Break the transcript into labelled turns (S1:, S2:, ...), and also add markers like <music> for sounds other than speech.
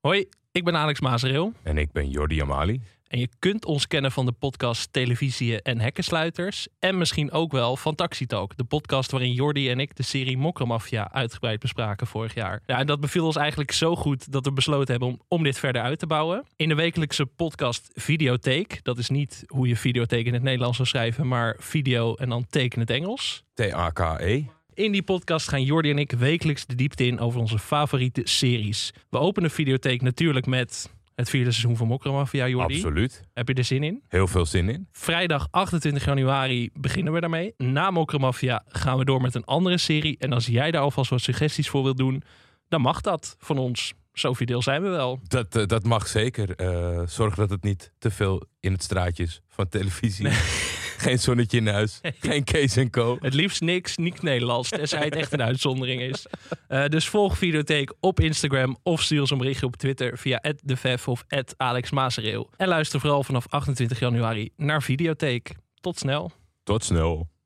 S1: Hoi, ik ben Alex Maasreel
S2: En ik ben Jordi Amali.
S1: en je kunt ons kennen van de podcast Televisie en Hekkensluiters en misschien ook wel van Taxi Talk, de podcast waarin Jordi en ik de serie Mokkermafia uitgebreid bespraken vorig jaar. Ja, en dat beviel ons eigenlijk zo goed dat we besloten hebben om, om dit verder uit te bouwen. In de wekelijkse podcast Videotheek, dat is niet hoe je videotheek in het Nederlands zou schrijven, maar video en dan teken het Engels.
S2: T-A-K-E.
S1: In die podcast gaan Jordi en ik wekelijks de diepte in over onze favoriete series. We openen videotheek natuurlijk met het vierde seizoen van Mokromafia, Jordi.
S2: Absoluut.
S1: Heb je er zin in?
S2: Heel veel zin in.
S1: Vrijdag 28 januari beginnen we daarmee. Na Mokromafia gaan we door met een andere serie. En als jij daar alvast wat suggesties voor wilt doen, dan mag dat van ons. Zoveel deel zijn we wel.
S2: Dat, eh, dat mag zeker. Eh, zorg dat het niet te veel in het straatje is van televisie. <laughs> Geen zonnetje in huis. Geen Kees en Co.
S1: Het liefst niks, niet Nederlands. Tenzij het echt een uitzondering is. Eh, dus volg Videotheek op Instagram of stuur ons een berichtje op Twitter via @devev of @alexmaasreel. En luister vooral vanaf 28 januari naar Videotheek. Tot snel.
S2: Tot snel.